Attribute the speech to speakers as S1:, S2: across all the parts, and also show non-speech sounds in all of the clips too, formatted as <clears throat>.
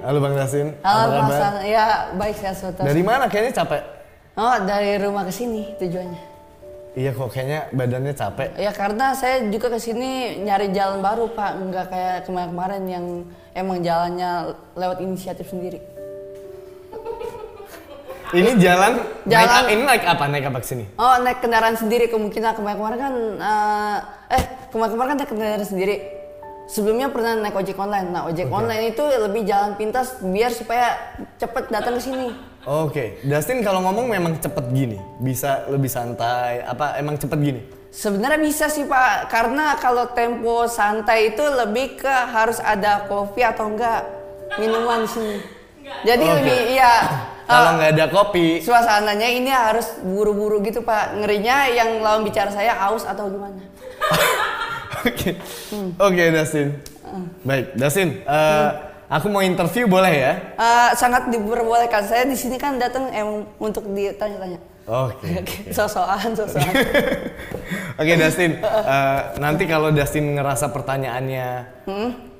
S1: Yasin.
S2: Halo
S1: Apa
S2: Pak
S1: kabar?
S2: Hasan. Ya baik saya Sultan.
S1: Dari mana? Kayaknya capek.
S2: Oh dari rumah ke sini tujuannya.
S1: Iya kok kayaknya badannya capek.
S2: Ya karena saya juga ke sini nyari jalan baru Pak, nggak kayak kemarin-kemarin yang emang jalannya lewat inisiatif sendiri.
S1: Ini jalan,
S2: Iya. Jalan.
S1: Naik, ini naik apa? Naik apa ke sini?
S2: Oh naik kendaraan sendiri kemungkinan kemarin-kemarin kan eh, eh kemarin-kemarin kan naik kendaraan sendiri. Sebelumnya pernah naik ojek online. Nah ojek online itu lebih jalan pintas biar supaya cepet datang ke sini.
S1: Oke, Dustin kalau ngomong memang cepet gini, bisa lebih santai. Apa emang cepet gini?
S2: Sebenarnya bisa sih Pak, karena kalau tempo santai itu lebih ke harus ada kopi atau enggak minuman sih. Jadi
S1: Oke.
S2: lebih iya.
S1: Kalau
S2: eh,
S1: nggak ada
S2: <laughs>
S1: kopi,
S2: suasananya ini harus buru-buru gitu pak ngerinya yang lawan bicara saya aus atau gimana
S1: oke,
S2: Hmm.
S1: oke Dustin.
S2: Ah.
S1: Baik, Dustin, eh, aku mau interview boleh ya?
S2: Eh, sangat diperbolehkan saya di sini kan datang emang untuk ditanya-tanya <laughs>
S1: Oke.
S2: sosokan sosokan
S1: Oke Dustin, Eh, nanti kalau Dustin ngerasa pertanyaannya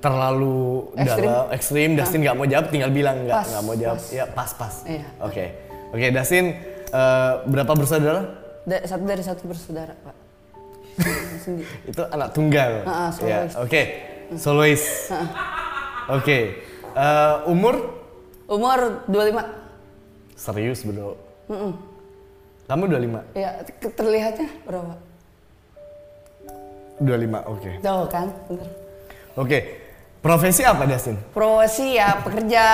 S1: terlalu
S2: Hmm? Ekstrim.
S1: dalam ekstrim, Dustin nggak mau jawab, tinggal bilang nggak
S2: Pas,
S1: nggak mau jawab.
S2: pas.
S1: Ya pas pas. Oke,
S2: Iya.
S1: oke Dustin, eh, berapa bersaudara?
S2: Da- satu dari satu bersaudara pak Sendiri.
S1: Itu anak tunggal.
S2: Ah, ah,
S1: Ya,
S2: soloist.
S1: Oke, solois. Oke, Eh, umur
S2: umur 25
S1: serius bro. Kamu 25?
S2: ya ke- terlihatnya berapa
S1: 25, oke.
S2: tahu kan bener
S1: Oke, profesi apa Dustin?
S2: profesi ya pekerja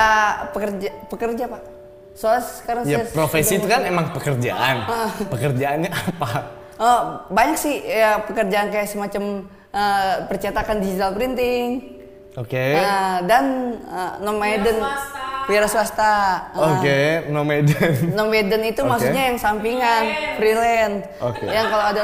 S2: pekerja pekerja pak soalnya sekarang
S1: Ya
S2: saya
S1: profesi
S2: sudah-
S1: itu kan emang pekerjaan.
S2: Ah.
S1: Pekerjaannya apa?
S2: Oh, banyak sih ya pekerjaan kayak semacam eh, percetakan digital printing.
S1: Oke.
S2: Nah, dan eh, nomaden wira swasta. Eh,
S1: Oh, Oke, nomaden.
S2: nomaden itu
S1: Oke.
S2: maksudnya yang sampingan, freelance.
S1: Oke.
S2: Yang kalau ada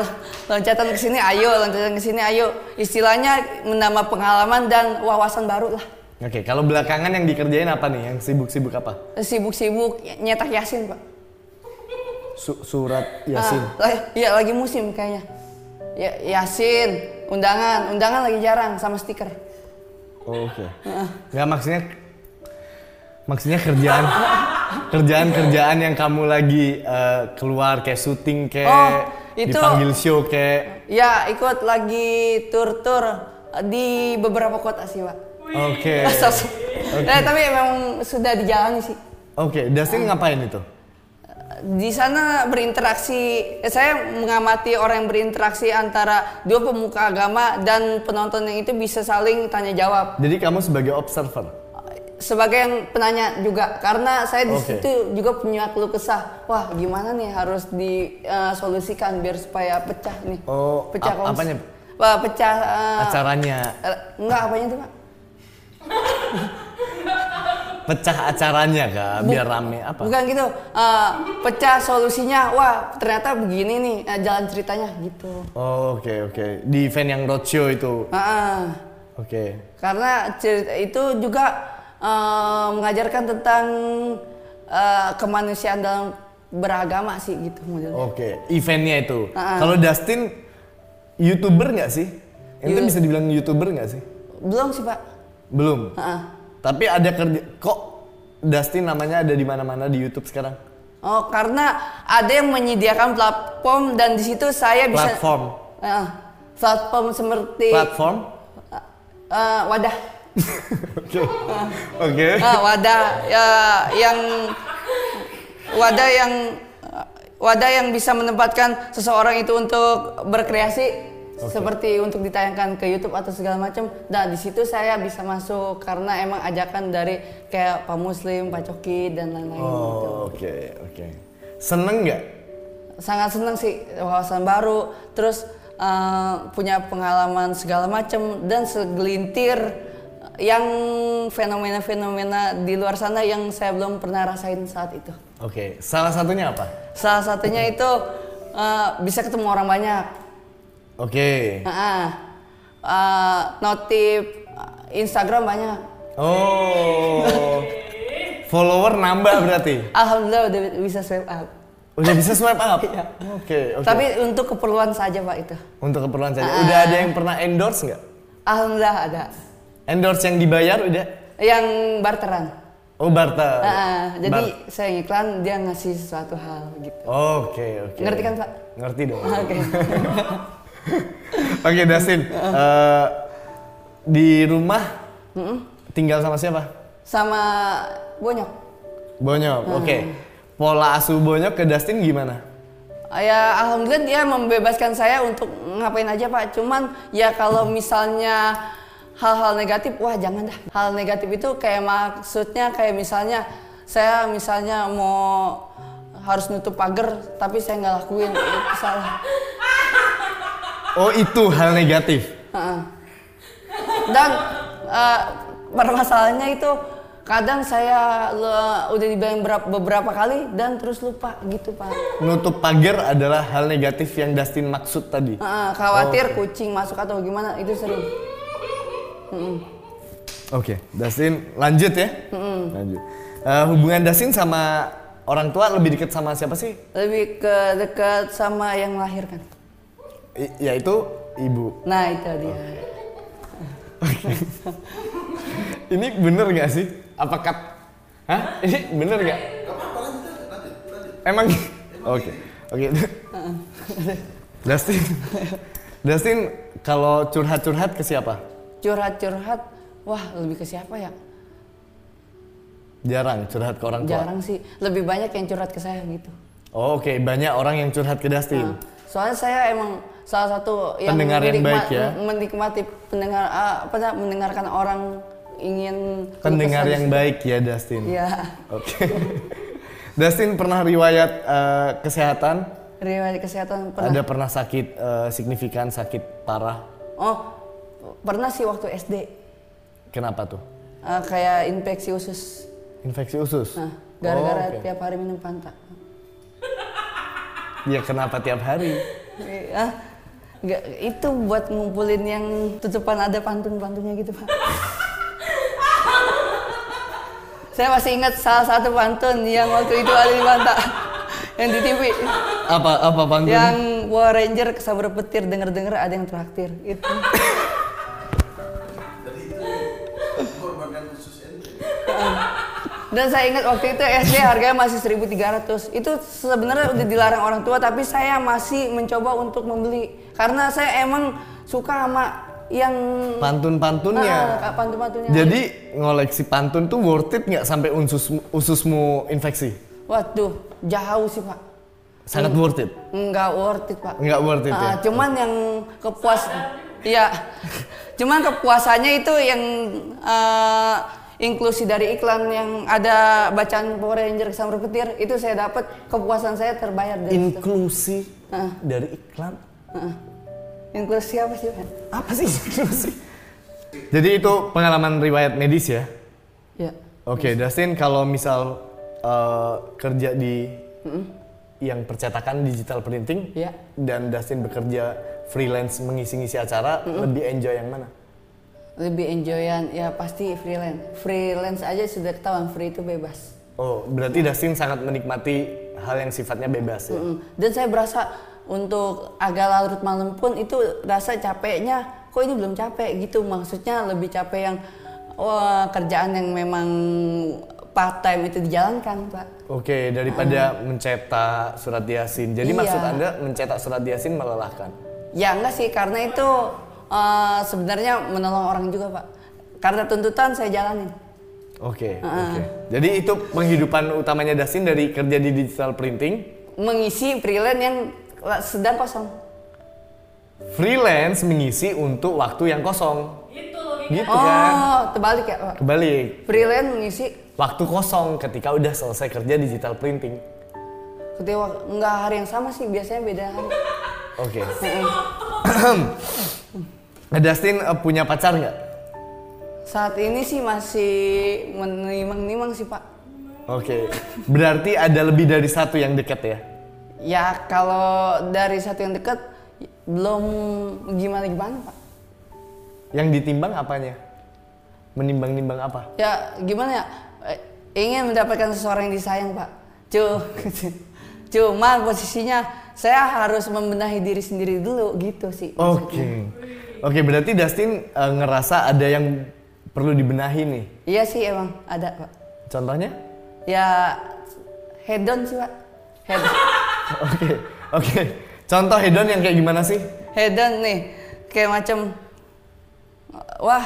S2: loncatan ke sini ayo, loncatan ke sini ayo. Istilahnya menambah pengalaman dan wawasan baru lah.
S1: Oke, kalau belakangan yang dikerjain apa nih? Yang sibuk-sibuk apa?
S2: Sibuk-sibuk nyetak yasin, Pak.
S1: Su- surat Yasin.
S2: Ah, lah- iya, lagi musim kayaknya. Ya, yasin, undangan, undangan lagi jarang sama stiker. Ah.
S1: Oh, Oke. Nggak, maksudnya maksudnya kerjaan kerjaan-kerjaan yang kamu lagi eh, keluar kayak syuting kayak
S2: Oh, itu-
S1: dipanggil show kayak
S2: Ya, ikut lagi tur-tur di beberapa kota sih, Pak.
S1: Oke.
S2: <laughs> Sos- Nah, tapi memang sudah dijalani sih.
S1: Oke, Dustin ngapain itu?
S2: Di sana berinteraksi, eh, saya mengamati orang yang berinteraksi antara dua pemuka agama dan penonton yang itu bisa saling tanya jawab.
S1: Jadi kamu sebagai observer.
S2: Sebagai yang penanya juga, karena saya di
S1: Oke.
S2: situ juga punya keluh kesah. Wah, gimana nih harus disolusikan biar supaya pecah nih.
S1: Oh, ap-
S2: pecah kongsi.
S1: apanya?
S2: Wah, pecah eh,
S1: Acaranya,
S2: eh, enggak apanya itu, Pak?
S1: pecah acaranya kak, biar rame apa?
S2: Bukan gitu, eh, pecah solusinya, wah ternyata begini nih eh, jalan ceritanya gitu.
S1: Oh, Oke oke di event yang roadshow itu.
S2: Ah, ah.
S1: Oke.
S2: Karena cerita itu juga eh, mengajarkan tentang eh, kemanusiaan dalam beragama sih gitu modelnya.
S1: Oke, eventnya itu.
S2: Ah.
S1: Kalau Dustin, youtuber nggak sih? Itu
S2: You-
S1: bisa dibilang youtuber nggak sih?
S2: Belum sih pak.
S1: Belum.
S2: Ah, ah.
S1: Tapi ada kerja. Kok Dustin namanya ada di mana-mana di YouTube sekarang?
S2: Oh karena ada yang menyediakan platform dan di situ saya bisa
S1: Platform.
S2: Ah, ah. platform seperti
S1: Platform.
S2: eh, wadah.
S1: Oke. Oke.
S2: Ah, wadah ya, yang wadah yang wadah yang bisa menempatkan seseorang itu untuk berkreasi seperti untuk ditayangkan ke YouTube atau segala macam. Nah, di situ saya bisa masuk karena emang ajakan dari kayak Pak Muslim, Pak Coki dan lain-lain gitu.
S1: Oh, Oke oke. Seneng nggak?
S2: Sangat senang sih wawasan baru, terus eh, punya pengalaman segala macam dan segelintir yang fenomena-fenomena di luar sana yang saya belum pernah rasain saat itu.
S1: Oke. Salah satunya apa?
S2: Salah satunya itu eh, bisa ketemu orang banyak.
S1: Oke.
S2: Heeh. Eh, notif eh, Instagram banyak. <laughs>
S1: Oh. Follower nambah berarti.
S2: Alhamdulillah udah bisa swipe up.
S1: Udah bisa swipe up. Oke oke.
S2: Iya. Tapi Ah. untuk keperluan saja pak itu.
S1: Untuk keperluan saja. Udah ada yang pernah endorse nggak?
S2: Alhamdulillah ada.
S1: Endorse yang dibayar udah.
S2: Yang barteran.
S1: Oke, Oh barter.
S2: Ah, jadi
S1: Bar-
S2: saya ngiklan dia ngasih sesuatu hal gitu.
S1: Oke oke.
S2: Ngerti kan, Pak?
S1: Ngerti dong. <laughs>
S2: Oke.
S1: Oke Dasin,
S2: Ah.
S1: eh, di rumah tinggal sama siapa?
S2: Sama bonyok.
S1: Bonyok.
S2: Ah.
S1: Oke. Pola asuh Bonyok ke Dustin gimana?
S2: Ya alhamdulillah dia membebaskan saya untuk ngapain aja Pak. Cuman ya kalau misalnya hal-hal negatif, wah jangan dah. Hal negatif itu kayak maksudnya kayak misalnya saya misalnya mau harus nutup pagar tapi saya nggak lakuin itu salah.
S1: Oh itu hal negatif.
S2: Heeh. Dan eh, permasalahannya itu kadang saya le- udah dibayang berap- beberapa kali dan terus lupa gitu Pak.
S1: Nutup pagar adalah hal negatif yang Dustin maksud tadi.
S2: Heeh, khawatir kucing masuk atau gimana itu sering.
S1: Oke, Dustin lanjut ya. Lanjut. Eh, hubungan Dustin sama orang tua lebih dekat sama siapa sih?
S2: lebih ke dekat sama yang melahirkan.
S1: I- yaitu ibu.
S2: Nah itu dia.
S1: Ini bener nggak sih? Apakah? Hah? Ini bener nggak? Emang? Oke, oke. Dustin, Dustin kalau curhat-curhat ke siapa?
S2: Curhat-curhat, wah lebih ke siapa ya?
S1: Jarang curhat ke orang tua.
S2: Jarang sih. Lebih banyak yang curhat ke saya gitu.
S1: Oh, Oke, banyak orang yang curhat ke Dustin.
S2: Nah, soalnya saya emang salah satu yang
S1: Pendengar yang
S2: menikma-
S1: baik ya.
S2: menikmati pendengar ah, apa ya, mendengarkan orang ingin
S1: Pendengar
S2: keluh
S1: yang
S2: kesah.
S1: baik ya Dustin.
S2: Iya. <laughs>
S1: Oke. <laughs> Dustin pernah riwayat eh, kesehatan?
S2: Riwayat kesehatan pernah.
S1: Ada pernah sakit eh, signifikan, sakit parah?
S2: Oh, pernah sih waktu SD
S1: Kenapa tuh?
S2: Ah, kayak infeksi usus.
S1: Infeksi usus.
S2: Nah, gara-gara
S1: Oh, oke.
S2: tiap hari minum Fanta.
S1: Ya kenapa tiap hari?
S2: Ah, nggak itu buat ngumpulin yang tutupan ada pantun-pantunnya gitu pak. Saya masih ingat salah satu pantun yang waktu itu ada di Banta, yang di TV,
S1: Apa apa pantun?
S2: yang Power Ranger kesabar petir denger-denger ada yang traktir gitu. itu. Dan saya ingat waktu itu SD harganya masih 1.300. Itu sebenarnya udah dilarang orang tua tapi saya masih mencoba untuk membeli karena saya emang suka sama yang
S1: Pantun-pantunnya.
S2: Ah, pantun-pantunnya.
S1: Iya. Jadi ngoleksi pantun tuh worth it nggak sampai usus ususmu infeksi?
S2: Waduh, jauh sih, Pak.
S1: Sangat worth it.
S2: Enggak worth it, Pak.
S1: Nggak worth it
S2: Hmm. Ah,
S1: ya.
S2: cuman yang kepuas Iya. Cuman kepuasannya itu yang eh, inklusi dari iklan yang ada bacaan Power Ranger sama petir itu saya dapat kepuasan saya terbayar dari situ.
S1: Inklusi
S2: Ah.
S1: dari iklan.
S2: Inklusi apa sih, Pak?
S1: Apa sih inklusi? Jadi itu pengalaman riwayat medis ya.
S2: Ya.
S1: Oke, Dustin kalau misal eh, kerja di yang percetakan digital printing
S2: Iya.
S1: dan Dustin bekerja freelance mengisi-ngisi acara, lebih enjoy yang mana?
S2: Lebih enjoyan ya pasti freelance. Freelance aja sudah ketahuan free itu bebas.
S1: Oh, berarti Dustin sangat menikmati hal yang sifatnya bebas ya.
S2: Mm. Dan saya berasa untuk agak larut malam pun itu rasa capeknya kok ini belum capek gitu maksudnya lebih capek yang wah, kerjaan yang memang part time itu dijalankan pak
S1: Oke, daripada mencetak surat Yasin. Jadi
S2: Iya.
S1: maksud Anda mencetak surat Yasin melelahkan.
S2: ya enggak sih karena itu eh, sebenarnya menolong orang juga pak karena tuntutan saya jalanin
S1: Oke, oke. Jadi itu penghidupan utamanya Dustin dari kerja di digital printing,
S2: mengisi freelance yang la- sedang kosong
S1: freelance mengisi untuk waktu yang kosong.
S3: Gitu logika.
S1: Gitu kan?
S2: oh terbalik ya pak
S1: Kebalik.
S2: freelance mengisi
S1: waktu kosong ketika udah selesai kerja digital printing.
S2: ketika enggak hari yang sama sih biasanya beda hari
S1: Oke.
S2: Mm-mm.
S1: Dustin eh, punya pacar nggak?
S2: Saat ini sih masih menimang-nimang sih pak.
S1: Oke. Berarti ada lebih dari satu yang deket ya?
S2: Ya kalau dari satu yang dekat belum gimana-gimana pak.
S1: Yang ditimbang apanya? Menimbang-nimbang apa?
S2: Ya gimana ya Eh, ingin mendapatkan seseorang yang disayang pak. Cu- <laughs> Cuma posisinya saya harus membenahi diri sendiri dulu gitu sih.
S1: Oke. Oke, berarti Dustin eh, ngerasa ada yang perlu dibenahi nih.
S2: Iya sih emang ada pak.
S1: Contohnya?
S2: Ya head down sih, Pak. Head
S1: Oke, oke. Contoh hedon yang kayak gimana sih?
S2: head down nih kayak macam wah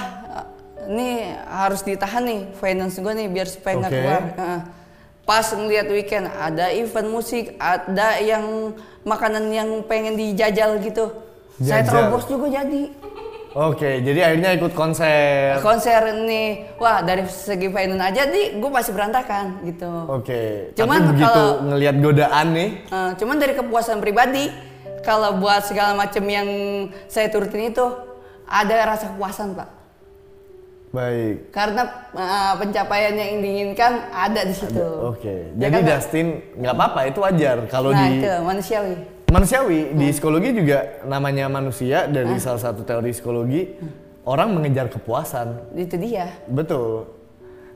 S2: ini harus ditahan nih finance gue nih biar supaya nggak
S1: Oke.
S2: keluar. Heeh. Pas ngeliat weekend ada event musik, ada yang makanan yang pengen dijajal gitu. Saya
S1: Jajal.
S2: terobos juga jadi.
S1: Oke, jadi akhirnya ikut konser.
S2: konser nih wah dari segi finance aja nih gue masih berantakan gitu
S1: Oke.
S2: Cuman
S1: Tapi begitu
S2: kalau-
S1: ngelihat godaan nih,
S2: Eh, cuman dari kepuasan pribadi kalau buat segala macam yang saya turutin itu ada rasa kepuasan pak
S1: baik.
S2: karena eh, pencapaian yang diinginkan ada di situ
S1: Oke.
S2: Ya
S1: Jadi
S2: kan, Pak?
S1: Dustin nggak apa-apa itu wajar kalau
S2: nah
S1: di
S2: itu Hmm. manusiawi
S1: manusiawi di psikologi juga namanya manusia dari
S2: Ah.
S1: salah satu teori psikologi
S2: Hmm.
S1: orang mengejar kepuasan.
S2: itu dia
S1: Betul.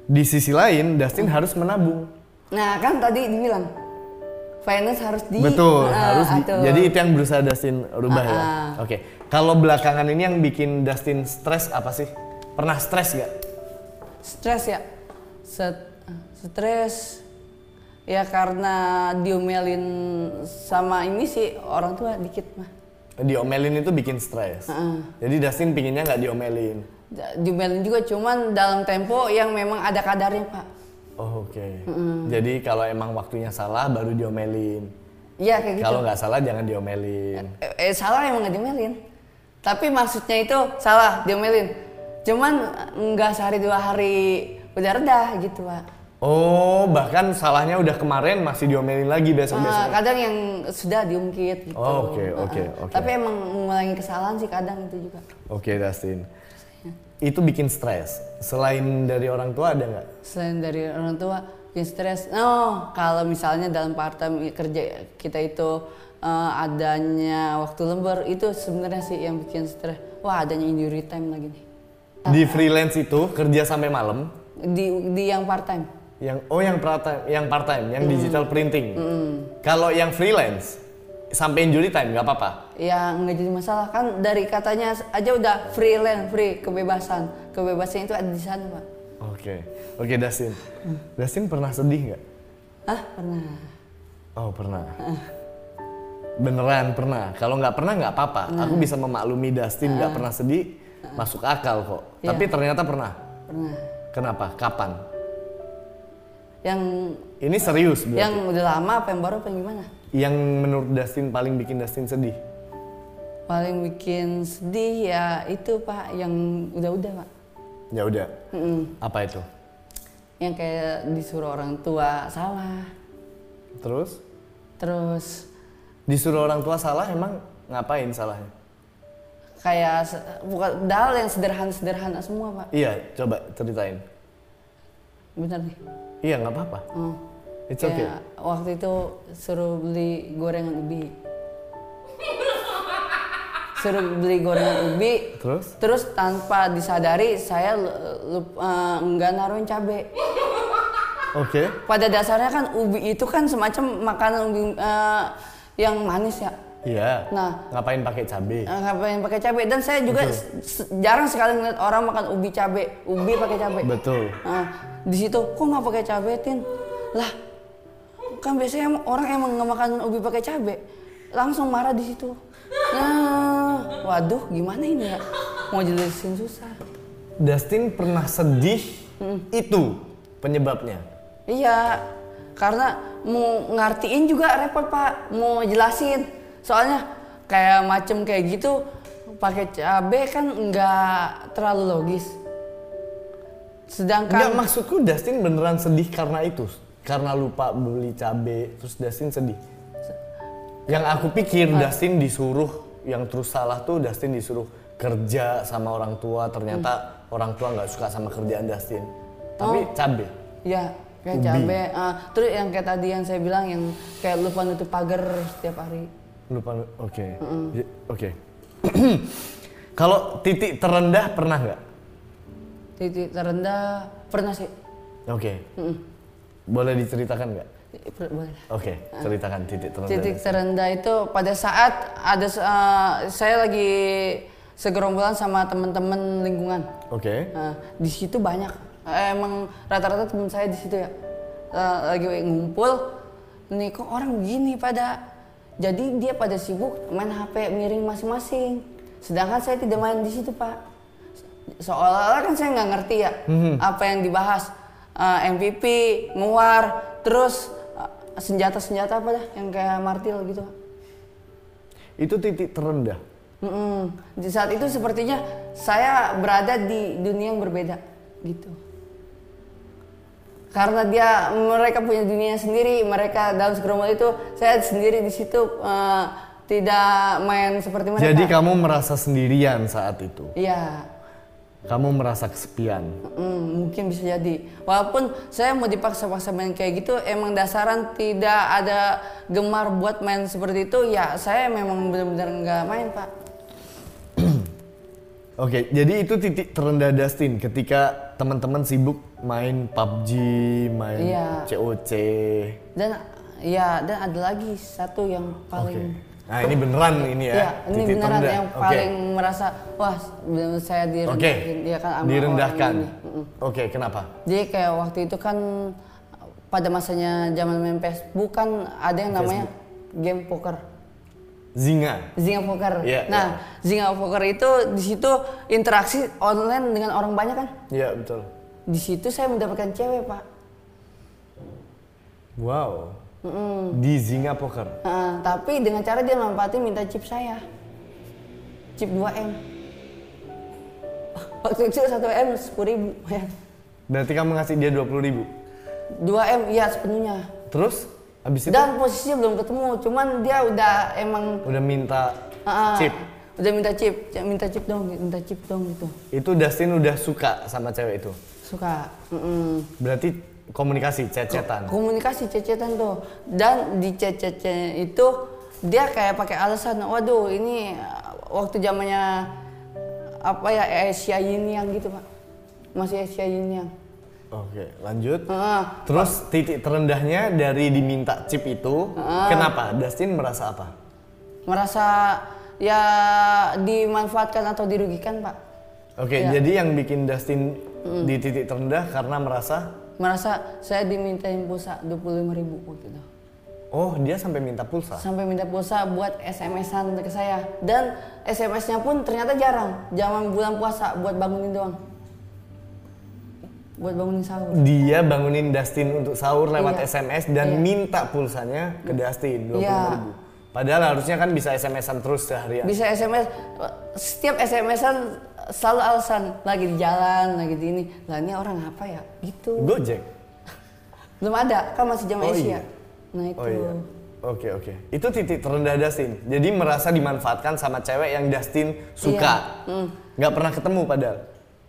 S1: Di sisi lain Dustin harus menabung.
S2: nah kan tadi dibilang finance harus di
S1: Betul,
S2: eh,
S1: harus di-
S2: atur.
S1: Jadi itu yang berusaha Dustin rubah ya.
S2: Ah,
S1: Oke. Kalau belakangan ini yang bikin Dustin stres apa sih? Pernah stres nggak?
S2: stres ya Set- stres ya karena diomelin sama ini sih orang tua dikit mah
S1: Diomelin itu bikin stres.
S2: Ah,
S1: Jadi Dustin pinginnya nggak diomelin.
S2: Da- diomelin juga cuman dalam tempo yang memang ada kadarnya pak
S1: Oh, Oke. Jadi kalau emang waktunya salah baru diomelin.
S2: iya kayak gitu
S1: Kalau nggak salah jangan diomelin.
S2: eh, eh, salah emang nggak diomelin tapi maksudnya itu salah diomelin cuman nggak sehari dua hari udah reda gitu pak
S1: Oh, bahkan salahnya udah kemarin masih diomelin lagi
S2: Eh,
S1: besok-besok.
S2: kadang yang sudah diungkit gitu
S1: Oh, oke,
S2: Eh,
S1: oke,
S2: eh.
S1: oke.
S2: tapi emang mengulangi kesalahan sih kadang itu juga
S1: Oke, Dustin. Itu bikin stres. Selain dari orang tua ada nggak?
S2: selain dari orang tua bikin stres no kalau misalnya dalam part time kerja kita itu eh, adanya waktu lembur itu sebenarnya sih yang bikin stres wah adanya injury time lagi nih
S1: Di freelance itu kerja sampai malam.
S2: di di yang part time
S1: Yang oh yang part time, yang part time, yang digital printing. Kalau yang freelance sampai injury time nggak apa-apa.
S2: ya nggak jadi masalah kan dari katanya aja udah freelance free kebebasan kebebasan itu ada di sana pak
S1: Oke, oke Dustin. Dustin pernah sedih nggak?
S2: ah pernah
S1: Oh pernah. Beneran pernah. Kalau nggak pernah nggak apa-apa.
S2: Ah.
S1: Aku bisa memaklumi Dustin nggak pernah sedih, masuk akal kok.
S2: Iya.
S1: Tapi ternyata pernah.
S2: pernah
S1: Kenapa? Kapan?
S2: yang
S1: Ini serius berarti.
S2: yang udah lama apa yang baru apa yang gimana
S1: Yang menurut Dustin paling bikin Dustin sedih.
S2: paling bikin sedih ya itu pak yang udah-udah pak
S1: Ya udah. Apa itu?
S2: yang kayak disuruh orang tua salah
S1: Terus
S2: terus
S1: disuruh orang tua salah emang ngapain salahnya?
S2: kayak se- bukan dal yang sederhana sederhana semua pak
S1: Iya, coba ceritain.
S2: bener nih
S1: Iya nggak apa-apa.
S2: Hmm.
S1: It's okay.
S2: Kayak waktu itu suruh beli gorengan ubi suruh beli gorengan ubi
S1: Terus?
S2: terus tanpa disadari saya lu- lup- eh, nggak naruhin cabe
S1: Oke.
S2: pada dasarnya kan ubi itu kan semacam makanan ubi, eh, yang manis ya
S1: Iya.
S2: Nah.
S1: Ngapain pakai cabai?
S2: Eh, nggak pengen pakai cabai dan saya juga s- jarang sekali ngeliat orang makan ubi cabai ubi pakai cabai
S1: Betul.
S2: Nah, di situ kok nggak pakai cabai tin lah kan biasanya em- orang emang nggak makan ubi pakai cabai langsung marah di situ nah waduh gimana ini ya mau jelasin susah
S1: Dustin pernah sedih itu penyebabnya.
S2: iya karena mau ngertiin juga repot pak mau jelasin soalnya kayak macem kayak gitu pakai cabai kan nggak terlalu logis
S1: Enggak
S2: sedangkan
S1: maksudku Dustin beneran sedih karena itu, karena lupa beli cabe terus Dustin sedih. Yang aku pikir Dustin disuruh yang terus salah tuh Dustin disuruh kerja sama orang tua ternyata orang tua nggak suka sama kerjaan Dustin. Tapi cabe.
S2: Ya, kayak
S1: Ubi.
S2: cabe. ah, terus yang kayak tadi yang saya bilang yang kayak lupa nutup pagar setiap hari.
S1: Lupa oke. Ya, Oke. <clears throat> Kalau titik terendah pernah nggak?
S2: Titik terendah pernah sih.
S1: Oke. Boleh diceritakan nggak?
S2: Eh, per- Boleh. lah.
S1: Oke, ceritakan titik terendah.
S2: Ah. Titik terendah itu pada saat ada se- ah, saya lagi segerombolan sama teman-teman lingkungan.
S1: Oke.
S2: Nah, di situ banyak eh, emang rata-rata temen saya di situ ya Eh, lagi ngumpul nih kok orang begini pada jadi dia pada sibuk main HP miring masing-masing sedangkan saya tidak main di situ pak seolah-olah kan saya nggak ngerti ya apa yang dibahas Eh, MVP nguar terus eh, senjata-senjata apa dah yang kayak martil gitu Pak.
S1: Itu titik terendah.
S2: Mm-mm. Di saat itu sepertinya saya berada di dunia yang berbeda gitu. Karena dia mereka punya dunia sendiri, mereka dalam segerombol itu saya sendiri di situ eh, tidak main seperti mereka.
S1: Jadi kamu merasa sendirian saat itu.
S2: Iya.
S1: Kamu merasa kesepian.
S2: Mm, mungkin bisa jadi. Walaupun saya mau dipaksa-paksa main kayak gitu, emang dasaran tidak ada gemar buat main seperti itu, ya saya memang benar-benar nggak main pak.
S1: Oke, jadi itu titik terendah Dustin ketika teman-teman sibuk main PUBG, main
S2: Iya.
S1: COC.
S2: Dan ya dan ada lagi satu yang
S1: Oke.
S2: paling
S1: Nah, ini beneran ini ya.
S2: ya, ini
S1: titik
S2: beneran
S1: terendah.
S2: yang
S1: Oke.
S2: paling merasa wah bener-bener saya
S1: Oke.
S2: direndahkan ya kan sama orang
S1: Direndahkan.
S2: ini.
S1: Oke, kenapa?
S2: Jadi kayak waktu itu kan pada masanya zaman main Facebook kan ada yang namanya game poker.
S1: Zinga.
S2: Zinga poker.
S1: Iya,
S2: nah, zinga poker itu di situ interaksi online dengan orang banyak kan.
S1: Iya, betul.
S2: Di situ saya mendapatkan cewek, Pak.
S1: Wow. Di Zinga Poker.
S2: Nah, tapi dengan cara dia manfaatin minta chip saya. Chip 2M. <laughs> Waktu itu 1M 10 ribu. ya.
S1: Berarti kamu ngasih dia 20.000 ribu.
S2: 2M iya sepenuhnya.
S1: Terus habis itu
S2: Dan posisinya belum ketemu, cuman dia udah emang
S1: udah minta
S2: ah,
S1: chip.
S2: Udah minta chip, "Ya, minta chip dong, minta chip dong gitu.
S1: Itu Dustin udah suka sama cewek itu.
S2: Suka. mm-mm.
S1: Berarti komunikasi, chat-chatan.
S2: Komunikasi cecetan tuh. Dan di cecetnya itu dia kayak pakai alasan, waduh ini uh, waktu zamannya apa ya Asia Yin yang gitu pak, masih Asia Yin yang.
S1: Oke, lanjut.
S2: Ah.
S1: Terus titik terendahnya dari diminta chip itu,
S2: Ah.
S1: kenapa? Dustin merasa apa?
S2: merasa ya dimanfaatkan atau dirugikan pak,
S1: Oke,
S2: Ya.
S1: jadi yang bikin Dustin
S2: Mm.
S1: di titik terendah karena merasa,
S2: merasa saya dimintain pulsa 25.000 ribu waktu itu.
S1: oh dia sampai minta pulsa.
S2: sampai minta pulsa buat SMS-an ke saya dan SMS-nya pun ternyata jarang zaman bulan puasa buat bangunin doang buat bangunin sahur
S1: Dia bangunin Dustin untuk sahur lewat
S2: Iya.
S1: SMS dan
S2: Iya.
S1: minta pulsanya ke Dustin 20.000.
S2: Iya.
S1: Padahal harusnya kan bisa SMS-an terus seharian.
S2: bisa SMS setiap SMS-an selalu alasan lagi di jalan lagi di ini lah ini orang apa ya gitu
S1: Gojek.
S2: belum ada kan masih zaman
S1: Oh,
S2: Asia
S1: iya.
S2: nah itu
S1: Oh iya. Oke oke. Itu titik terendah Dustin. Jadi merasa dimanfaatkan sama cewek yang Dustin suka.
S2: Iya. Mm.
S1: Nggak pernah ketemu padahal.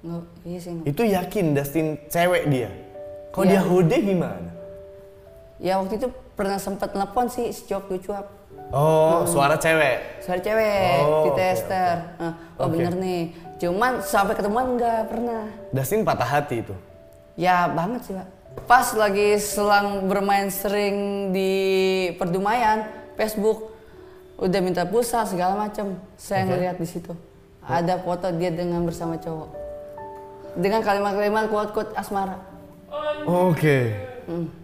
S2: Nggak- iya sih nggak.
S1: Itu yakin Dustin cewek dia. Kok
S2: Iya.
S1: dia hode gimana?
S2: ya waktu itu pernah sempat telepon sih si cuap cuap Hmm.
S1: Oh, suara cewek.
S2: Suara cewek
S1: Oh,
S2: di
S1: oke,
S2: tester. Ah, oh
S1: Oke.
S2: bener nih. Cuman sampai ketemuan nggak pernah.
S1: Dustin patah hati itu.
S2: Ya banget sih pak. Pas lagi selang bermain sering di Perdumayan, Facebook udah minta pulsa segala macam. Saya ngeliat di situ ada foto dia dengan bersama cowok dengan kalimat-kalimat quote-quote asmara.
S1: Oke.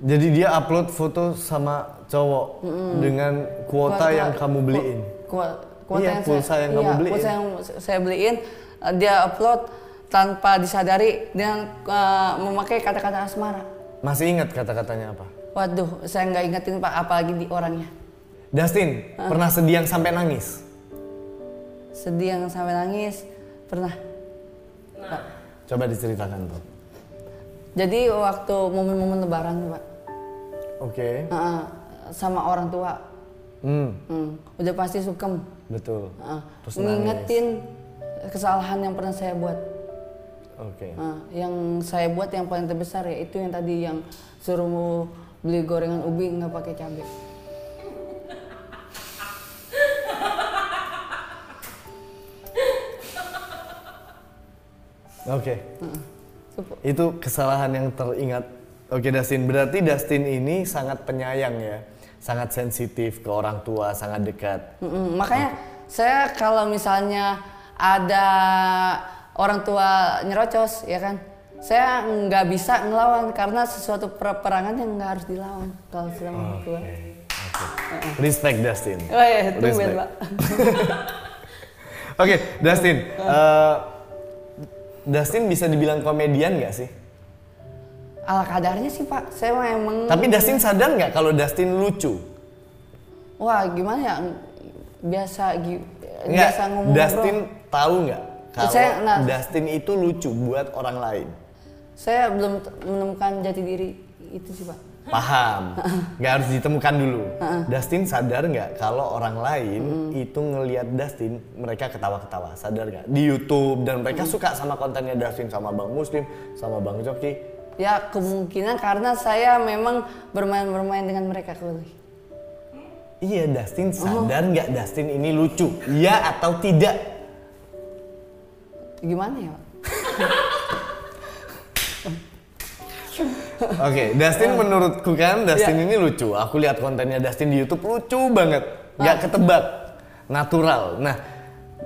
S1: Jadi dia upload foto sama cowok dengan kuota
S2: Kuota-
S1: yang kamu beliin.
S2: Kuota,
S1: Hmm. Iya, pulsa yang kamu beliin.
S2: Pulsa yang saya beliin eh, dia upload tanpa disadari dengan eh, memakai kata-kata asmara.
S1: Masih ingat kata-katanya apa?
S2: Waduh, saya nggak ingetin pak, apalagi di orangnya.
S1: Dustin pernah sedih yang sampai nangis.
S2: Sedih yang sampai nangis, pernah.
S1: Coba diceritakan tuh.
S2: Jadi waktu momen-momen lebaran tuh, pak,
S1: Oke.
S2: Heeh, sama orang tua,
S1: Hmm,
S2: Hmm, udah pasti sukem.
S1: betul.
S2: Heeh,
S1: Terus nangis.
S2: ngingetin kesalahan yang pernah saya buat.
S1: Oke.
S2: Heeh, yang saya buat yang paling terbesar ya itu yang tadi yang suruh beli gorengan ubi nggak pakai cabai.
S1: Oke.
S2: Itu
S1: Itu kesalahan yang teringat. Oke, Dustin. Berarti Dustin ini sangat penyayang ya. Sangat sensitif ke orang tua, sangat dekat.
S2: Mm-mm, makanya saya kalau misalnya ada orang tua nyerocos ya kan saya nggak bisa ngelawan karena sesuatu peperangan yang nggak harus dilawan kalau sudah mau
S1: Iya.
S2: keluar.
S1: Eh, Respect Dustin.
S2: Oh iya, tumben,
S1: Respect.
S2: Pak.
S1: Oke, Dustin. eh, Dustin bisa dibilang komedian nggak sih?
S2: Ala kadarnya sih Pak, saya mah emang
S1: Tapi Dustin sadar nggak kalau Dustin lucu?
S2: wah gimana ya biasa gi-
S1: Nggak.
S2: biasa ngomong bro.
S1: Dustin tahu nggak kalau
S2: Saya nggak-
S1: Dustin itu lucu buat orang lain?
S2: Saya belum t- menemukan jati diri itu sih Pak. <laughs>
S1: Paham. Nggak harus ditemukan dulu. Dustin sadar nggak kalau orang lain
S2: Mm.
S1: itu ngelihat Dustin mereka ketawa-ketawa. Sadar nggak? Di YouTube dan mereka
S2: Mm.
S1: suka sama kontennya Dustin sama Bang Muslim, sama Bang Joki.
S2: Ya kemungkinan karena saya memang bermain-bermain dengan mereka kali.
S1: Iya, Dustin
S2: Oh.
S1: sadar nggak Dustin ini lucu? Iya atau tidak?
S2: Gimana ya Pak?
S1: Oke,
S2: Eh.
S1: Dustin menurutku kan Dustin
S2: Iya.
S1: ini lucu. Aku lihat kontennya Dustin di YouTube lucu banget, nggak
S2: Ah.
S1: ketebak, natural. Nah,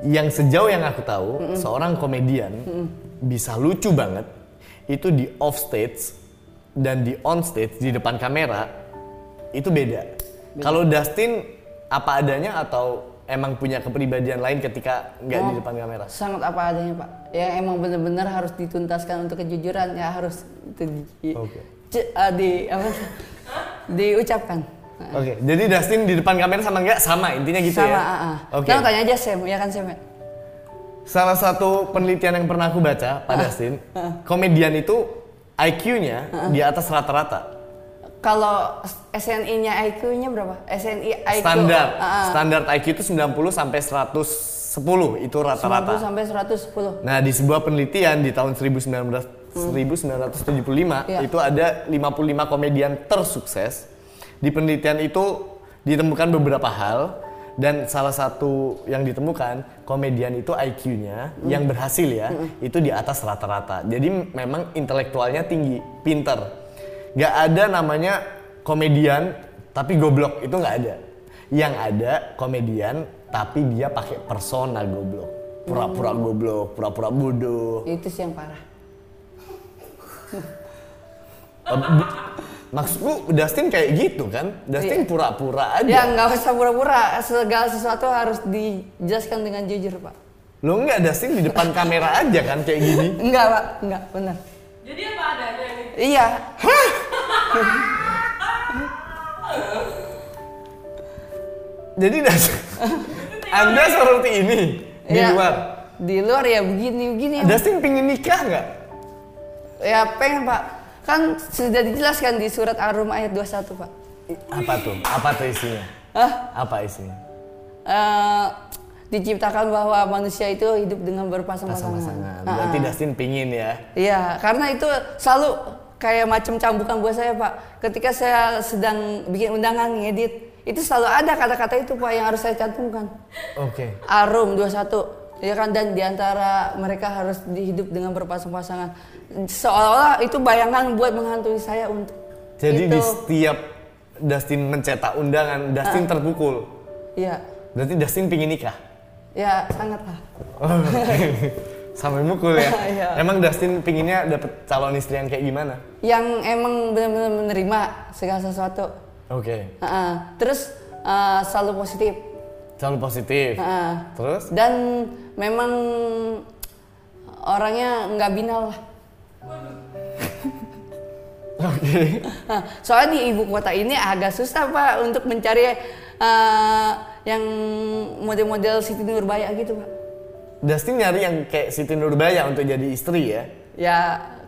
S1: yang sejauh yang aku tahu, seorang komedian bisa lucu banget itu di off stage dan di on stage di depan kamera itu beda. Kalau Dustin apa adanya atau emang punya kepribadian lain ketika nggak di
S2: Oh.
S1: depan kamera?
S2: Sangat apa adanya Pak. Ya emang benar-benar harus dituntaskan untuk kejujuran ya harus itu di,
S1: Oke.
S2: ce- eh, di apa? diucapkan.
S1: Oke, jadi Dustin di depan kamera sama nggak sama intinya gitu
S2: Sama,
S1: ya?
S2: ah, ah.
S1: Oke.
S2: Kamu tanya aja Sam, ya kan Sam ya?
S1: Salah satu penelitian yang pernah aku baca pada
S2: Ah.
S1: Sin, komedian itu IQ-nya di atas rata-rata.
S2: Kalau SNI-nya IQ-nya berapa? SNI IQ
S1: Standar.
S2: ah, ah.
S1: Standar IQ itu 90 sampai 110 itu
S2: 90
S1: rata-rata.
S2: sampai 110.
S1: Nah, di sebuah penelitian di tahun 1900
S2: Hmm.
S1: 1975
S2: Iya.
S1: itu ada 55 komedian tersukses. Di penelitian itu ditemukan beberapa hal dan salah satu yang ditemukan komedian itu IQ-nya yang berhasil ya itu di atas rata-rata. Jadi memang intelektualnya tinggi, pinter. Gak ada namanya komedian tapi goblok itu nggak ada. Yang ada komedian tapi dia pakai persona goblok, pura-pura goblok, pura-pura bodoh.
S2: Itu sih yang parah.
S1: Maksudku Dustin kayak gitu kan?
S2: Iya.
S1: Dustin pura-pura aja.
S2: Ya nggak usah pura-pura, segala sesuatu harus dijelaskan dengan jujur, Pak.
S1: Lo nggak Dustin di depan kamera aja kan kayak gini?
S2: Enggak, Pak. Enggak, benar.
S3: Jadi apa adanya nih?
S2: Iya.
S1: Jadi Dustin,
S2: <laughs>
S1: Anda seperti ini di
S2: ya.
S1: luar.
S2: Di luar ya begini-begini. Ya,
S1: Dustin pingin nikah nggak?
S2: ya pengen, Pak. Kan sudah dijelaskan di surat Ar-Rum ayat 21, Pak.
S1: I- Apa tuh? Apa tuh isinya?
S2: Hah?
S1: Apa isinya?
S2: Eh, diciptakan bahwa manusia itu hidup dengan berpasang-pasangan.
S1: Pasangan.
S2: Ah,
S1: Berarti
S2: ah.
S1: Dustin pingin ya.
S2: Iya, karena itu selalu kayak macam cambukan buat saya, Pak. Ketika saya sedang bikin undangan ngedit, itu selalu ada kata-kata itu, Pak, yang harus saya cantumkan.
S1: Oke.
S2: Arum 21. Ya kan dan diantara mereka harus dihidup dengan berpasang-pasangan. Seolah-olah itu bayangan buat menghantui saya untuk
S1: Jadi
S2: itu.
S1: di setiap Dustin mencetak undangan,
S2: Ah.
S1: Dustin terpukul.
S2: Iya.
S1: Berarti Dustin pingin nikah. Oh.
S2: Ya, sangatlah. <laughs>
S1: Sampai mukul ya.
S2: Iya.
S1: Emang Dustin pinginnya dapet calon istri yang kayak gimana?
S2: Yang emang benar-benar menerima segala sesuatu.
S1: Oke.
S2: Ah, ah. Terus ah, selalu positif.
S1: Selalu positif.
S2: Ah.
S1: Terus?
S2: dan memang orangnya nggak binal lah.
S1: Oke.
S2: Nah, Soalnya di ibu kota ini agak susah pak untuk mencari eh, yang model-model Siti Nurbaya gitu pak.
S1: Dustin nyari yang kayak Siti Nurbaya untuk jadi istri ya.
S2: Ya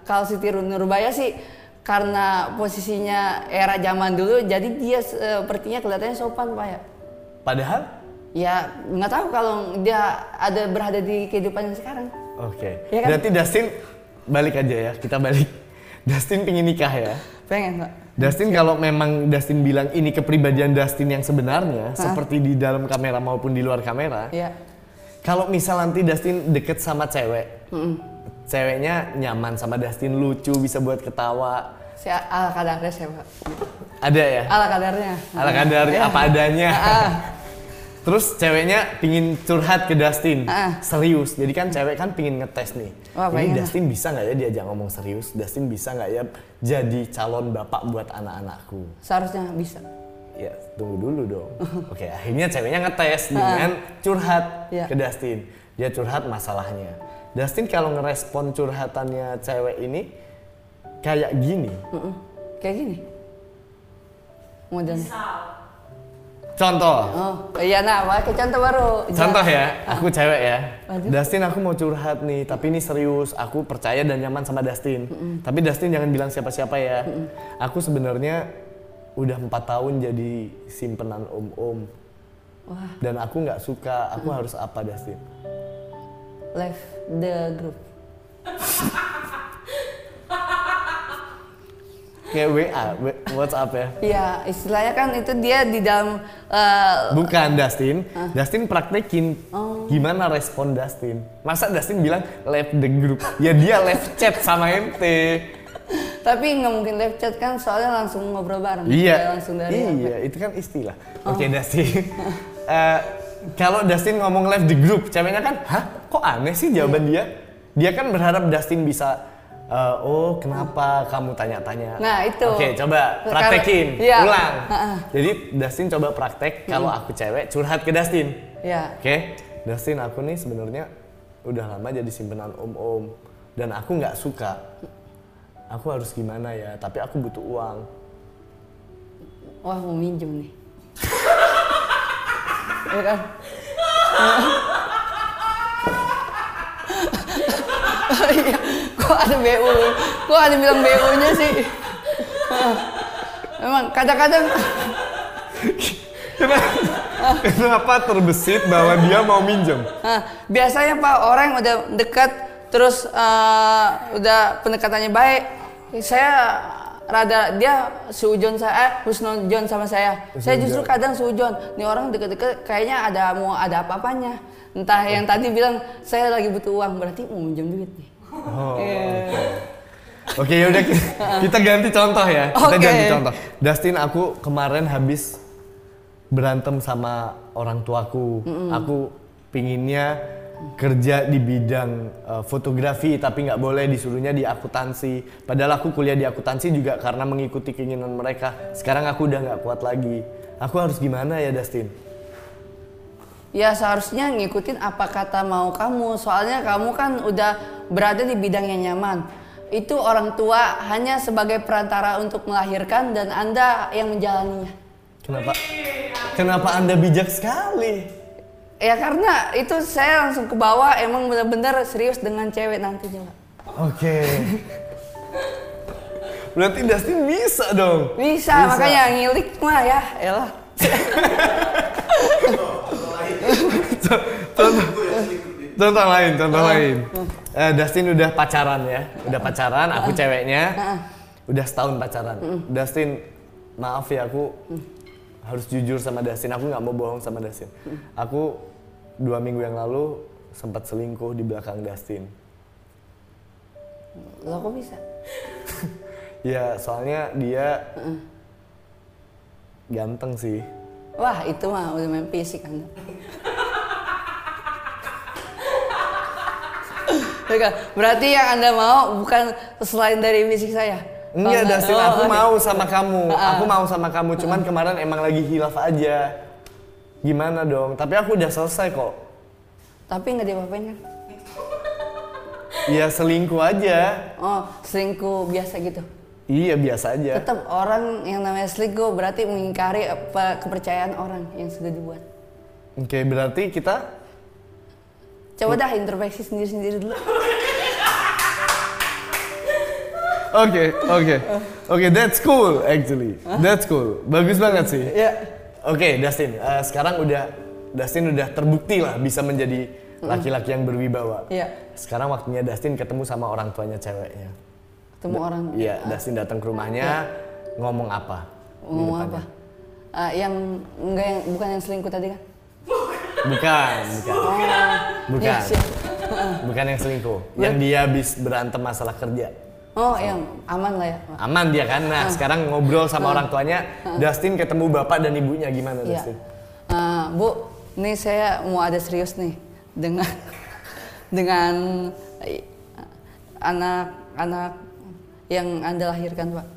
S2: kalau Siti Nurbaya sih karena posisinya era zaman dulu jadi dia eh, sepertinya kelihatannya sopan pak ya.
S1: Padahal?
S2: Ya nggak tahu kalau dia ada berada di kehidupan yang sekarang.
S1: Oke.
S2: Iya kan?
S1: Berarti Dustin balik aja ya. Kita balik. Dustin pingin nikah ya.
S2: Pengen pak.
S1: Dustin kalau memang Dustin bilang ini kepribadian Dustin yang sebenarnya seperti di dalam kamera maupun di luar kamera.
S2: Ya
S1: Kalau misal nanti Dustin deket sama cewek, ceweknya nyaman sama Dustin, lucu, bisa buat ketawa,
S2: saya ala kadarnya saya pak.
S1: ada ya?
S2: Ala kadarnya.
S1: Ala kadarnya, apa adanya.
S2: Ah,
S1: <laughs> Terus ceweknya pingin curhat ke Dustin,
S2: Ah.
S1: serius. Jadi kan cewek kan pingin ngetes nih.
S2: Wah,
S1: Ini
S2: pengen.
S1: Dustin bisa nggak ya diajak ngomong serius? Dustin bisa nggak ya jadi calon bapak buat anak-anakku?
S2: Seharusnya bisa.
S1: ya tunggu dulu
S2: <laughs>
S1: dong. Oke, akhirnya ceweknya ngetes
S2: Ah.
S1: dengan curhat
S2: Iya.
S1: ke Dustin. Dia curhat masalahnya. Dustin kalau ngerespon curhatannya cewek ini kayak gini.
S2: Mm-mm. Kayak gini. Modelnya.
S1: Contoh,
S2: Oh, iya nah, pakai contoh baru.
S1: contoh ya, aku cewek ya.
S2: Iya. Ah. Lanjut.
S1: Dustin aku mau curhat nih, tapi ini serius. Aku percaya dan nyaman sama Dustin. Tapi Dustin jangan bilang siapa-siapa ya. Aku sebenarnya udah empat tahun jadi simpenan om-om
S2: Wah, Mm.
S1: dan aku nggak suka. Aku harus apa Dustin?
S2: left the group.
S1: Kayak WA, we- WhatsApp ya.
S2: Iya, istilahnya kan itu dia di dalam eh,
S1: Bukan Dustin,
S2: Ah.
S1: Dustin praktekin
S2: Oh.
S1: gimana respon Dustin. Masa Dustin bilang left the group? Ya dia left chat sama MT.
S2: tapi nggak mungkin live chat kan soalnya langsung ngobrol bareng. Kayak
S1: Iya.
S2: Langsung dari Oh.
S1: Iya, itu kan istilah. Oke
S2: <laughs>
S1: Dustin. Eh, kalau Dustin ngomong left the group, ceweknya kan, "Hah? Kok aneh sih
S2: Iya.
S1: jawaban dia?" Dia kan berharap Dustin bisa eh, oh, kenapa kamu tanya-tanya?
S2: Nah, itu.
S1: Oke, coba
S2: Karena-
S1: praktekin,
S2: Iya.
S1: ulang.
S2: Heeh.
S1: Jadi Dustin coba praktek kalau aku cewek curhat ke Dustin.
S2: Iya.
S1: Oke, Dustin aku nih sebenarnya udah lama jadi simpenan om-om dan aku nggak suka. Aku harus gimana ya? Tapi aku butuh uang.
S2: Wah, mau minjem nih. Iya kan? Iya, kok ada BU? Kok ada bilang BU-nya sih? Emang kadang-kadang
S1: <laughs> Kenapa terbesit bahwa dia mau minjem?
S2: Nah, biasanya Pak orang yang udah dekat terus eh, udah pendekatannya baik, saya rada dia suujon saya, eh, husnujon sama saya. Saya justru kadang suujon. Nih orang deket-deket kayaknya ada mau ada apa-apanya. Entah yang tadi bilang saya lagi butuh uang, berarti mau minjem duit nih.
S1: Oh, oke. Oke, yaudah ki- kita ganti contoh ya. Kita
S2: Oke.
S1: ganti contoh. Dustin, aku kemarin habis berantem sama orang tuaku. Aku pinginnya kerja di bidang eh, fotografi tapi nggak boleh disuruhnya di akuntansi. Padahal aku kuliah di akuntansi juga karena mengikuti keinginan mereka. Sekarang aku udah nggak kuat lagi. Aku harus gimana ya, Dustin?
S2: Ya seharusnya ngikutin apa kata mau kamu. Soalnya kamu kan udah berada di bidang yang nyaman. Itu orang tua hanya sebagai perantara untuk melahirkan dan Anda yang menjalaninya.
S1: Kenapa? Kenapa Anda bijak sekali?
S2: Ya karena itu saya langsung ke bawah emang bener-bener serius dengan cewek nantinya. Pak.
S1: Oke. Berarti Dustin bisa dong.
S2: Bisa, makanya ngilik mah ya, elah.
S1: Contoh, contoh lain, contoh lain. Eh, Dustin udah pacaran ya, udah pacaran. Aku ceweknya, udah setahun pacaran. Dustin, maaf ya aku harus jujur sama Dustin. Aku nggak mau bohong sama Dustin. Aku dua minggu yang lalu sempat selingkuh di belakang Dustin.
S2: Lo kok bisa?
S1: Ya soalnya dia ganteng sih.
S2: Wah itu mah udah main fisik anda. Oke, Berarti yang anda mau bukan selain dari fisik saya?
S1: Enggak,
S2: Oh,
S1: Iya, Dustin,
S2: oh,
S1: aku
S2: oke.
S1: mau sama kamu.
S2: Ah.
S1: Aku mau sama kamu, cuman kemarin emang lagi hilaf aja. Gimana dong? Tapi aku udah selesai kok.
S2: Tapi nggak diapa-apain kan?
S1: Ya selingkuh aja.
S2: Oh selingkuh biasa gitu.
S1: Iya, biasa aja.
S2: Tetap orang yang namanya selingkuh berarti mengingkari apa kepercayaan orang yang sudah dibuat.
S1: Oke, berarti kita
S2: Coba dah introspeksi sendiri-sendiri dulu.
S1: Oke, oke. Oke, that's cool actually. That's cool. Bagus banget sih.
S2: Ya.
S1: Oke, Dustin, eh, sekarang udah Dustin udah terbukti lah bisa menjadi laki-laki yang berwibawa.
S2: Iya.
S1: Sekarang waktunya Dustin ketemu sama orang tuanya ceweknya.
S2: Ketemu orang.
S1: Iya, Dustin datang ke
S2: Iya.
S1: rumahnya ngomong apa? Minggu
S2: Ngomong apa?
S1: depannya.
S2: Eh, yang enggak yang bukan yang selingkuh tadi kan?
S1: Bukan, bukan. Bukan.
S2: Oh. Iya, sih. Iya.
S1: Bukan yang selingkuh. Yang dia habis berantem masalah kerja.
S2: Oh, yang aman lah ya.
S1: Aman dia kan. Nah, sekarang ngobrol sama orang tuanya, Dustin ketemu bapak dan ibunya gimana
S2: Ah. Iya.
S1: Dustin?
S2: Eh, Bu, ini saya mau ada serius nih dengan <laughs> dengan eh, anak-anak yang anda lahirkan pak,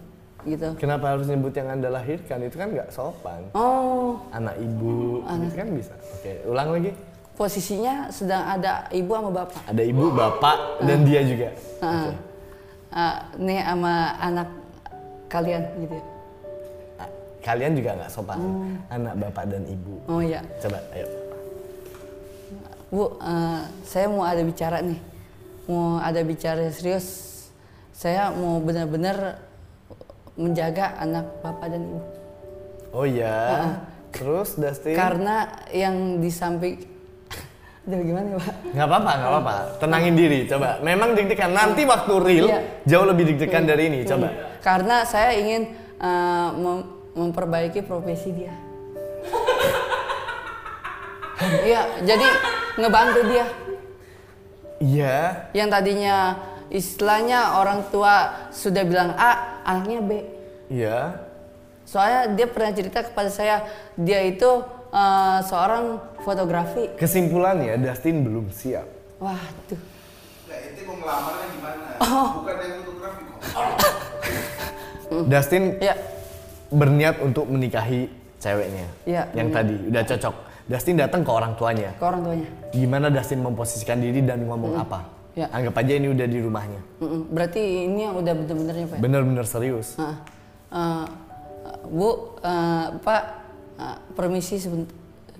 S2: gitu.
S1: Kenapa harus nyebut yang anda lahirkan? Itu kan nggak sopan.
S2: Oh,
S1: Anak ibu, itu kan bisa. Oke, ulang lagi.
S2: posisinya sedang ada ibu sama bapak.
S1: Ada ibu, bapak,
S2: Ah.
S1: dan dia juga.
S2: Heeh. Ah, nih sama anak kalian gitu. ya.
S1: Ah, Kalian juga nggak sopan.
S2: Hmm.
S1: Anak bapak dan ibu.
S2: Oh ya,
S1: Coba, ayo.
S2: Bu, eh, saya mau ada bicara nih. Mau ada bicara serius. Saya mau benar-benar menjaga anak bapak dan ibu.
S1: Oh iya. Terus Dustin?
S2: Karena yang di samping <laughs> Aduh gimana ya, Pak?
S1: nggak apa-apa, nggak apa-apa. Tenangin diri, coba. Memang deg-degan. Nanti waktu real
S2: Iya.
S1: jauh lebih deg-degan dari ini, coba.
S2: Karena saya ingin eh, mem- memperbaiki profesi dia. Iya, jadi ngebantu dia.
S1: Iya.
S2: Yang tadinya istilahnya orang tua sudah bilang A, anaknya B.
S1: Iya.
S2: Soalnya dia pernah cerita kepada saya, dia itu eh, seorang fotografi.
S1: Kesimpulannya Dustin belum siap.
S2: Wah, tuh.
S4: Nah, itu mau ngelamarnya gimana? Bukan yang fotografi kok.
S1: Dustin
S2: Ya,
S1: berniat untuk menikahi ceweknya.
S2: Iya,
S1: Yang tadi udah cocok. Dustin datang ke orang tuanya.
S2: ke orang tuanya.
S1: Gimana Dustin memposisikan diri dan ngomong apa?
S2: Iya.
S1: Anggap aja ini udah di rumahnya.
S2: Mm-mm, Berarti ini yang udah bener-benernya, Pak. ya?
S1: Bener-bener serius.
S2: Ah, eh, Bu, eh, Pak, eh, permisi sebentar,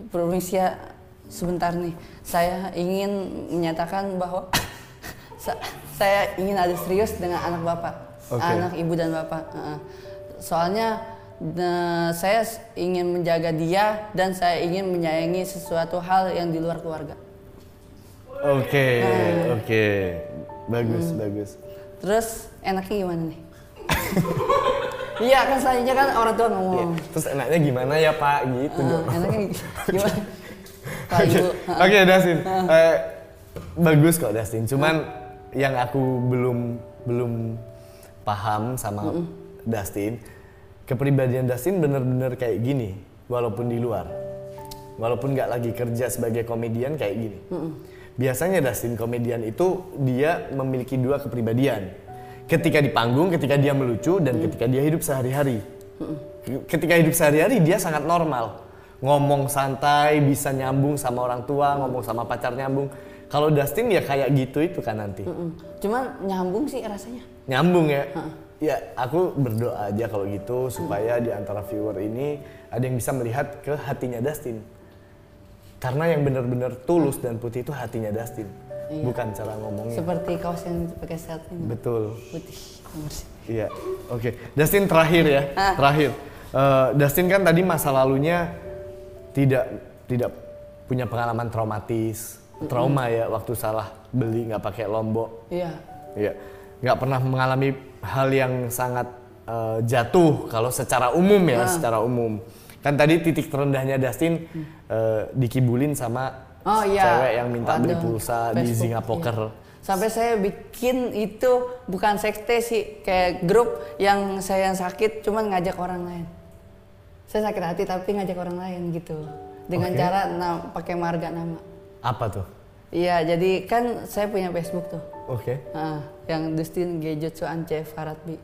S2: permisi ya sebentar nih. Saya ingin menyatakan bahwa <laughs> sa- saya ingin ada serius dengan anak bapak,
S1: Oke.
S2: anak ibu dan bapak. Heeh. soalnya eh, saya s- ingin menjaga dia dan saya ingin menyayangi sesuatu hal yang di luar keluarga.
S1: Oke, oke. Bagus, bagus.
S2: Terus enaknya gimana
S1: <laughs>
S2: nih? Iya kan selanjutnya kan orang tua
S1: Iya.
S2: ngomong.
S1: Terus enaknya gimana ya Pak gitu.
S2: Ah,
S1: dong.
S2: enaknya
S1: <laughs>
S2: gimana? Pak
S1: Oke,
S2: Ibu. ah,
S1: <laughs> Oke, Dustin. Eh, bagus kok Dustin. Cuman yang aku belum belum paham sama Dustin, kepribadian Dustin bener-bener kayak gini, walaupun di luar, walaupun nggak lagi kerja sebagai komedian kayak gini. Biasanya Dustin komedian itu dia memiliki dua kepribadian. Ketika di panggung, ketika dia melucu, dan ketika dia hidup sehari-hari. Ketika hidup sehari-hari dia sangat normal. Ngomong santai, bisa nyambung sama orang tua, ngomong sama pacar nyambung. Kalau Dustin ya kayak gitu itu kan nanti.
S2: mm. Cuman nyambung sih rasanya.
S1: Nyambung ya. Ya, aku berdoa aja kalau gitu supaya di antara viewer ini ada yang bisa melihat ke hatinya Dustin. Karena yang benar-benar tulus dan putih itu hatinya Dustin, bukan cara ngomongnya.
S2: Seperti kaos yang dipakai saat ini.
S1: Betul.
S2: Putih. nomor sih.
S1: Iya, oke. Dustin terakhir ya,
S2: Ah.
S1: terakhir. Eh, Dustin kan tadi masa lalunya tidak tidak punya pengalaman traumatis, trauma ya waktu salah beli nggak pakai lombok,
S2: Iya.
S1: iya nggak pernah mengalami hal yang sangat eh, jatuh kalau secara umum ya,
S2: Ah.
S1: secara umum. Kan tadi titik terendahnya Dustin eh, dikibulin sama
S2: Hmm. Oh iya.
S1: cewek yang minta beli
S2: Waduh,
S1: pulsa di
S2: Facebook,
S1: Zingapoker.
S2: iya. Sampai saya bikin itu bukan sekte sih, kayak grup yang saya yang sakit cuman ngajak orang lain. Saya sakit hati tapi ngajak orang lain gitu. Dengan
S1: Oke.
S2: cara na- pakai marga nama.
S1: Apa tuh?
S2: Iya, jadi kan saya punya Facebook tuh.
S1: Oke.
S2: Ah, yang Dustin Gejutsu Ance Faradbi.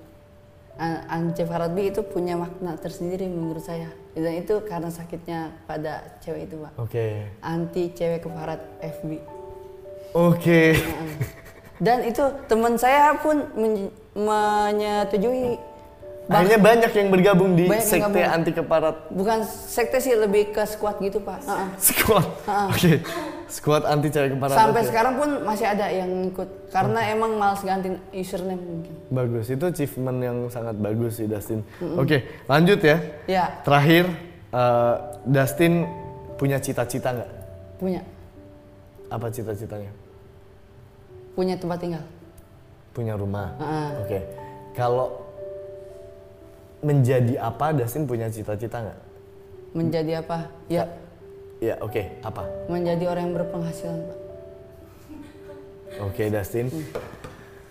S2: An- Ance Faradbi itu punya makna tersendiri menurut saya. Dan itu karena sakitnya pada cewek itu, Pak.
S1: Oke.
S2: Anti cewek ke Farad FB.
S1: Oke.
S2: Dan itu teman saya pun men- menyetujui Bah-
S1: Akhirnya banyak yang bergabung di
S2: Banyak yang
S1: sekte
S2: gabung.
S1: anti keparat
S2: bukan sekte sih lebih ke squad gitu, Pak. Ah, ah.
S1: squad. <laughs> Oke. Squad anti cewek keparat.
S2: Sampai
S1: oke.
S2: sekarang pun masih ada yang ikut karena emang males ganti username mungkin.
S1: Bagus, itu achievement yang sangat bagus sih Dustin. Oke, lanjut ya.
S2: Ya.
S1: Terakhir, eh, Dustin punya cita-cita nggak?
S2: Punya
S1: Apa cita-citanya?
S2: punya tempat tinggal.
S1: Punya rumah.
S2: Heeh.
S1: Oke. Kalau menjadi apa Dustin punya cita-cita nggak?
S2: Menjadi apa? Ya,
S1: Ya, oke. Apa?
S2: menjadi orang yang berpenghasilan, Pak.
S1: Oke, Dustin.
S2: Mm.
S1: <clears throat>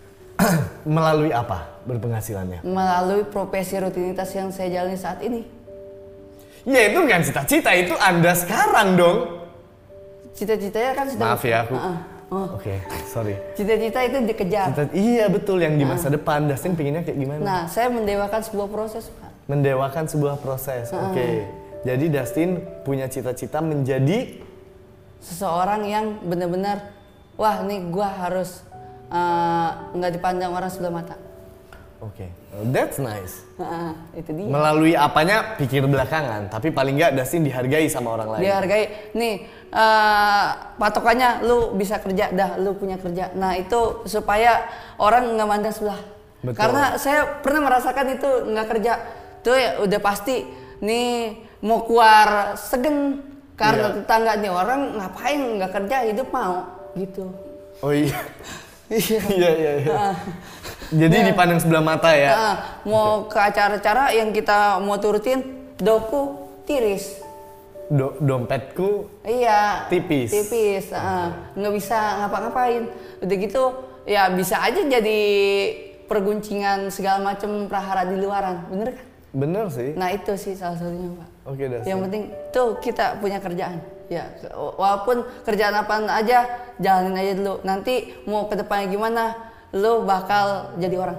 S1: Melalui apa berpenghasilannya?
S2: melalui profesi rutinitas yang saya jalani saat ini.
S1: Ya itu bukan cita-cita, itu Anda sekarang dong.
S2: cita-citanya kan sudah
S1: Maaf ya, aku-
S2: Heeh. Oh.
S1: Oke, sorry.
S2: cita-cita itu dikejar
S1: Kita- iya betul yang di masa depan Dustin pinginnya kayak gimana?
S2: nah saya mendewakan sebuah proses pak
S1: Mendewakan sebuah proses. Oke. Jadi Dustin punya cita-cita menjadi
S2: seseorang yang benar-benar wah nih gua harus eh, nggak dipandang orang sebelah mata
S1: Oke. That's nice.
S2: Heeh, itu dia
S1: Melalui apanya pikir belakangan, tapi paling nggak Dustin dihargai sama orang
S2: Ya.
S1: lain.
S2: dihargai nih eh, patokannya lu bisa kerja dah lu punya kerja nah itu supaya orang nggak mandang sebelah
S1: Betul.
S2: karena saya pernah merasakan itu nggak kerja tuh ya udah pasti nih mau keluar segen karena
S1: Iya.
S2: tetangga nih orang ngapain nggak kerja hidup mau gitu
S1: Oh
S2: <laughs>
S1: iya. Iya iya iya. Jadi dipandang sebelah mata ya.
S2: Nah, mau ke acara-acara yang kita mau turutin doku tiris
S1: Do- dompetku
S2: Iya.
S1: Tipis.
S2: Tipis. heeh. nggak bisa ngapa-ngapain. Udah gitu, ya bisa aja jadi perguncingan segala macam prahara di luaran, bener kan?
S1: bener sih.
S2: Nah itu sih salah satunya pak.
S1: Oke Dustin.
S2: Yang penting tuh kita punya kerjaan. Ya ke- walaupun kerjaan apaan aja jalanin aja dulu. Nanti mau ke depannya gimana, lo bakal jadi orang.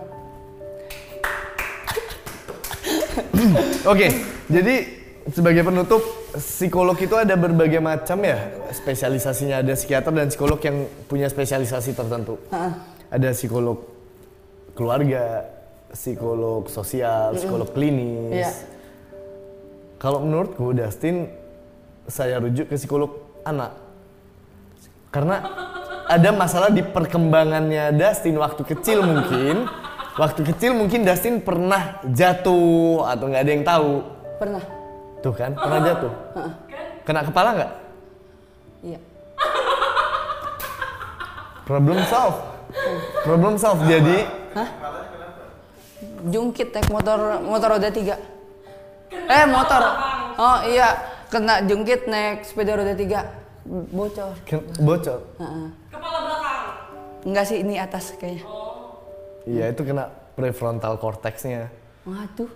S1: Oke, jadi sebagai penutup, psikolog itu ada berbagai macam ya spesialisasinya. Ada psikiater dan psikolog yang punya spesialisasi tertentu. Ada psikolog keluarga, psikolog sosial, psikolog klinis.
S2: Iya.
S1: Kalau menurutku Dustin, saya rujuk ke psikolog anak. Karena ada masalah di perkembangannya Dustin waktu kecil mungkin. Waktu kecil mungkin Dustin pernah jatuh atau nggak ada yang tahu.
S2: Pernah.
S1: Tuh kan, pernah jatuh. Kena kepala nggak?
S2: Iya.
S1: Problem solve. Problem solve. Jadi
S2: jungkit naik motor motor roda tiga eh motor oh iya kena jungkit naik sepeda roda tiga bocor
S1: ken- bocor.
S2: Heeh.
S3: Kepala belakang.
S2: enggak sih ini atas kayaknya
S1: Iya, itu kena prefrontal cortexnya.
S2: waduh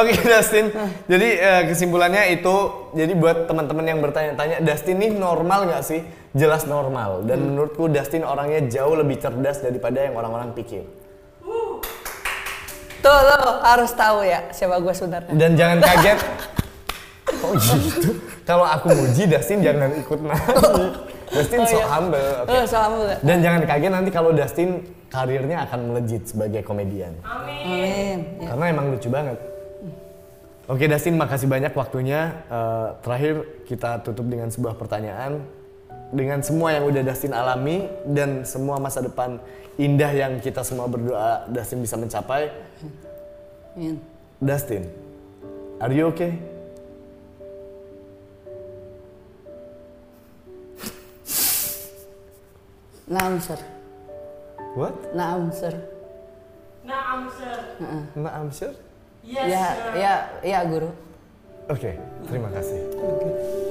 S1: Oke <laughs> Dustin, jadi eh, kesimpulannya itu jadi buat teman-teman yang bertanya-tanya Dustin ini normal nggak sih? Jelas normal dan menurutku Dustin orangnya jauh lebih cerdas daripada yang orang-orang pikir.
S2: tuh lo harus tahu ya siapa gue sebenarnya
S1: Dan jangan kaget. <laughs> Kok gitu? Kalau aku muji Dustin jangan ikut nyanyi. Dustin
S2: Oh,
S1: so
S2: iya.
S1: humble. oke.
S2: Eh, salam lu
S1: Dan jangan kaget nanti kalau Dustin karirnya akan melejit sebagai komedian.
S2: amin ya.
S1: Karena emang lucu banget. Oke Dustin, makasih banyak waktunya. Eh, terakhir kita tutup dengan sebuah pertanyaan. Dengan semua yang udah Dustin alami dan semua masa depan indah yang kita semua berdoa Dustin bisa mencapai.
S2: amin
S1: Dustin, are you okay?
S2: naam sir
S1: What?
S2: naam sir
S3: Nah, answer.
S1: Nah, I'm sure.
S3: Yes,
S2: ya
S3: sir.
S2: ya ya guru
S1: Oke, terima kasih.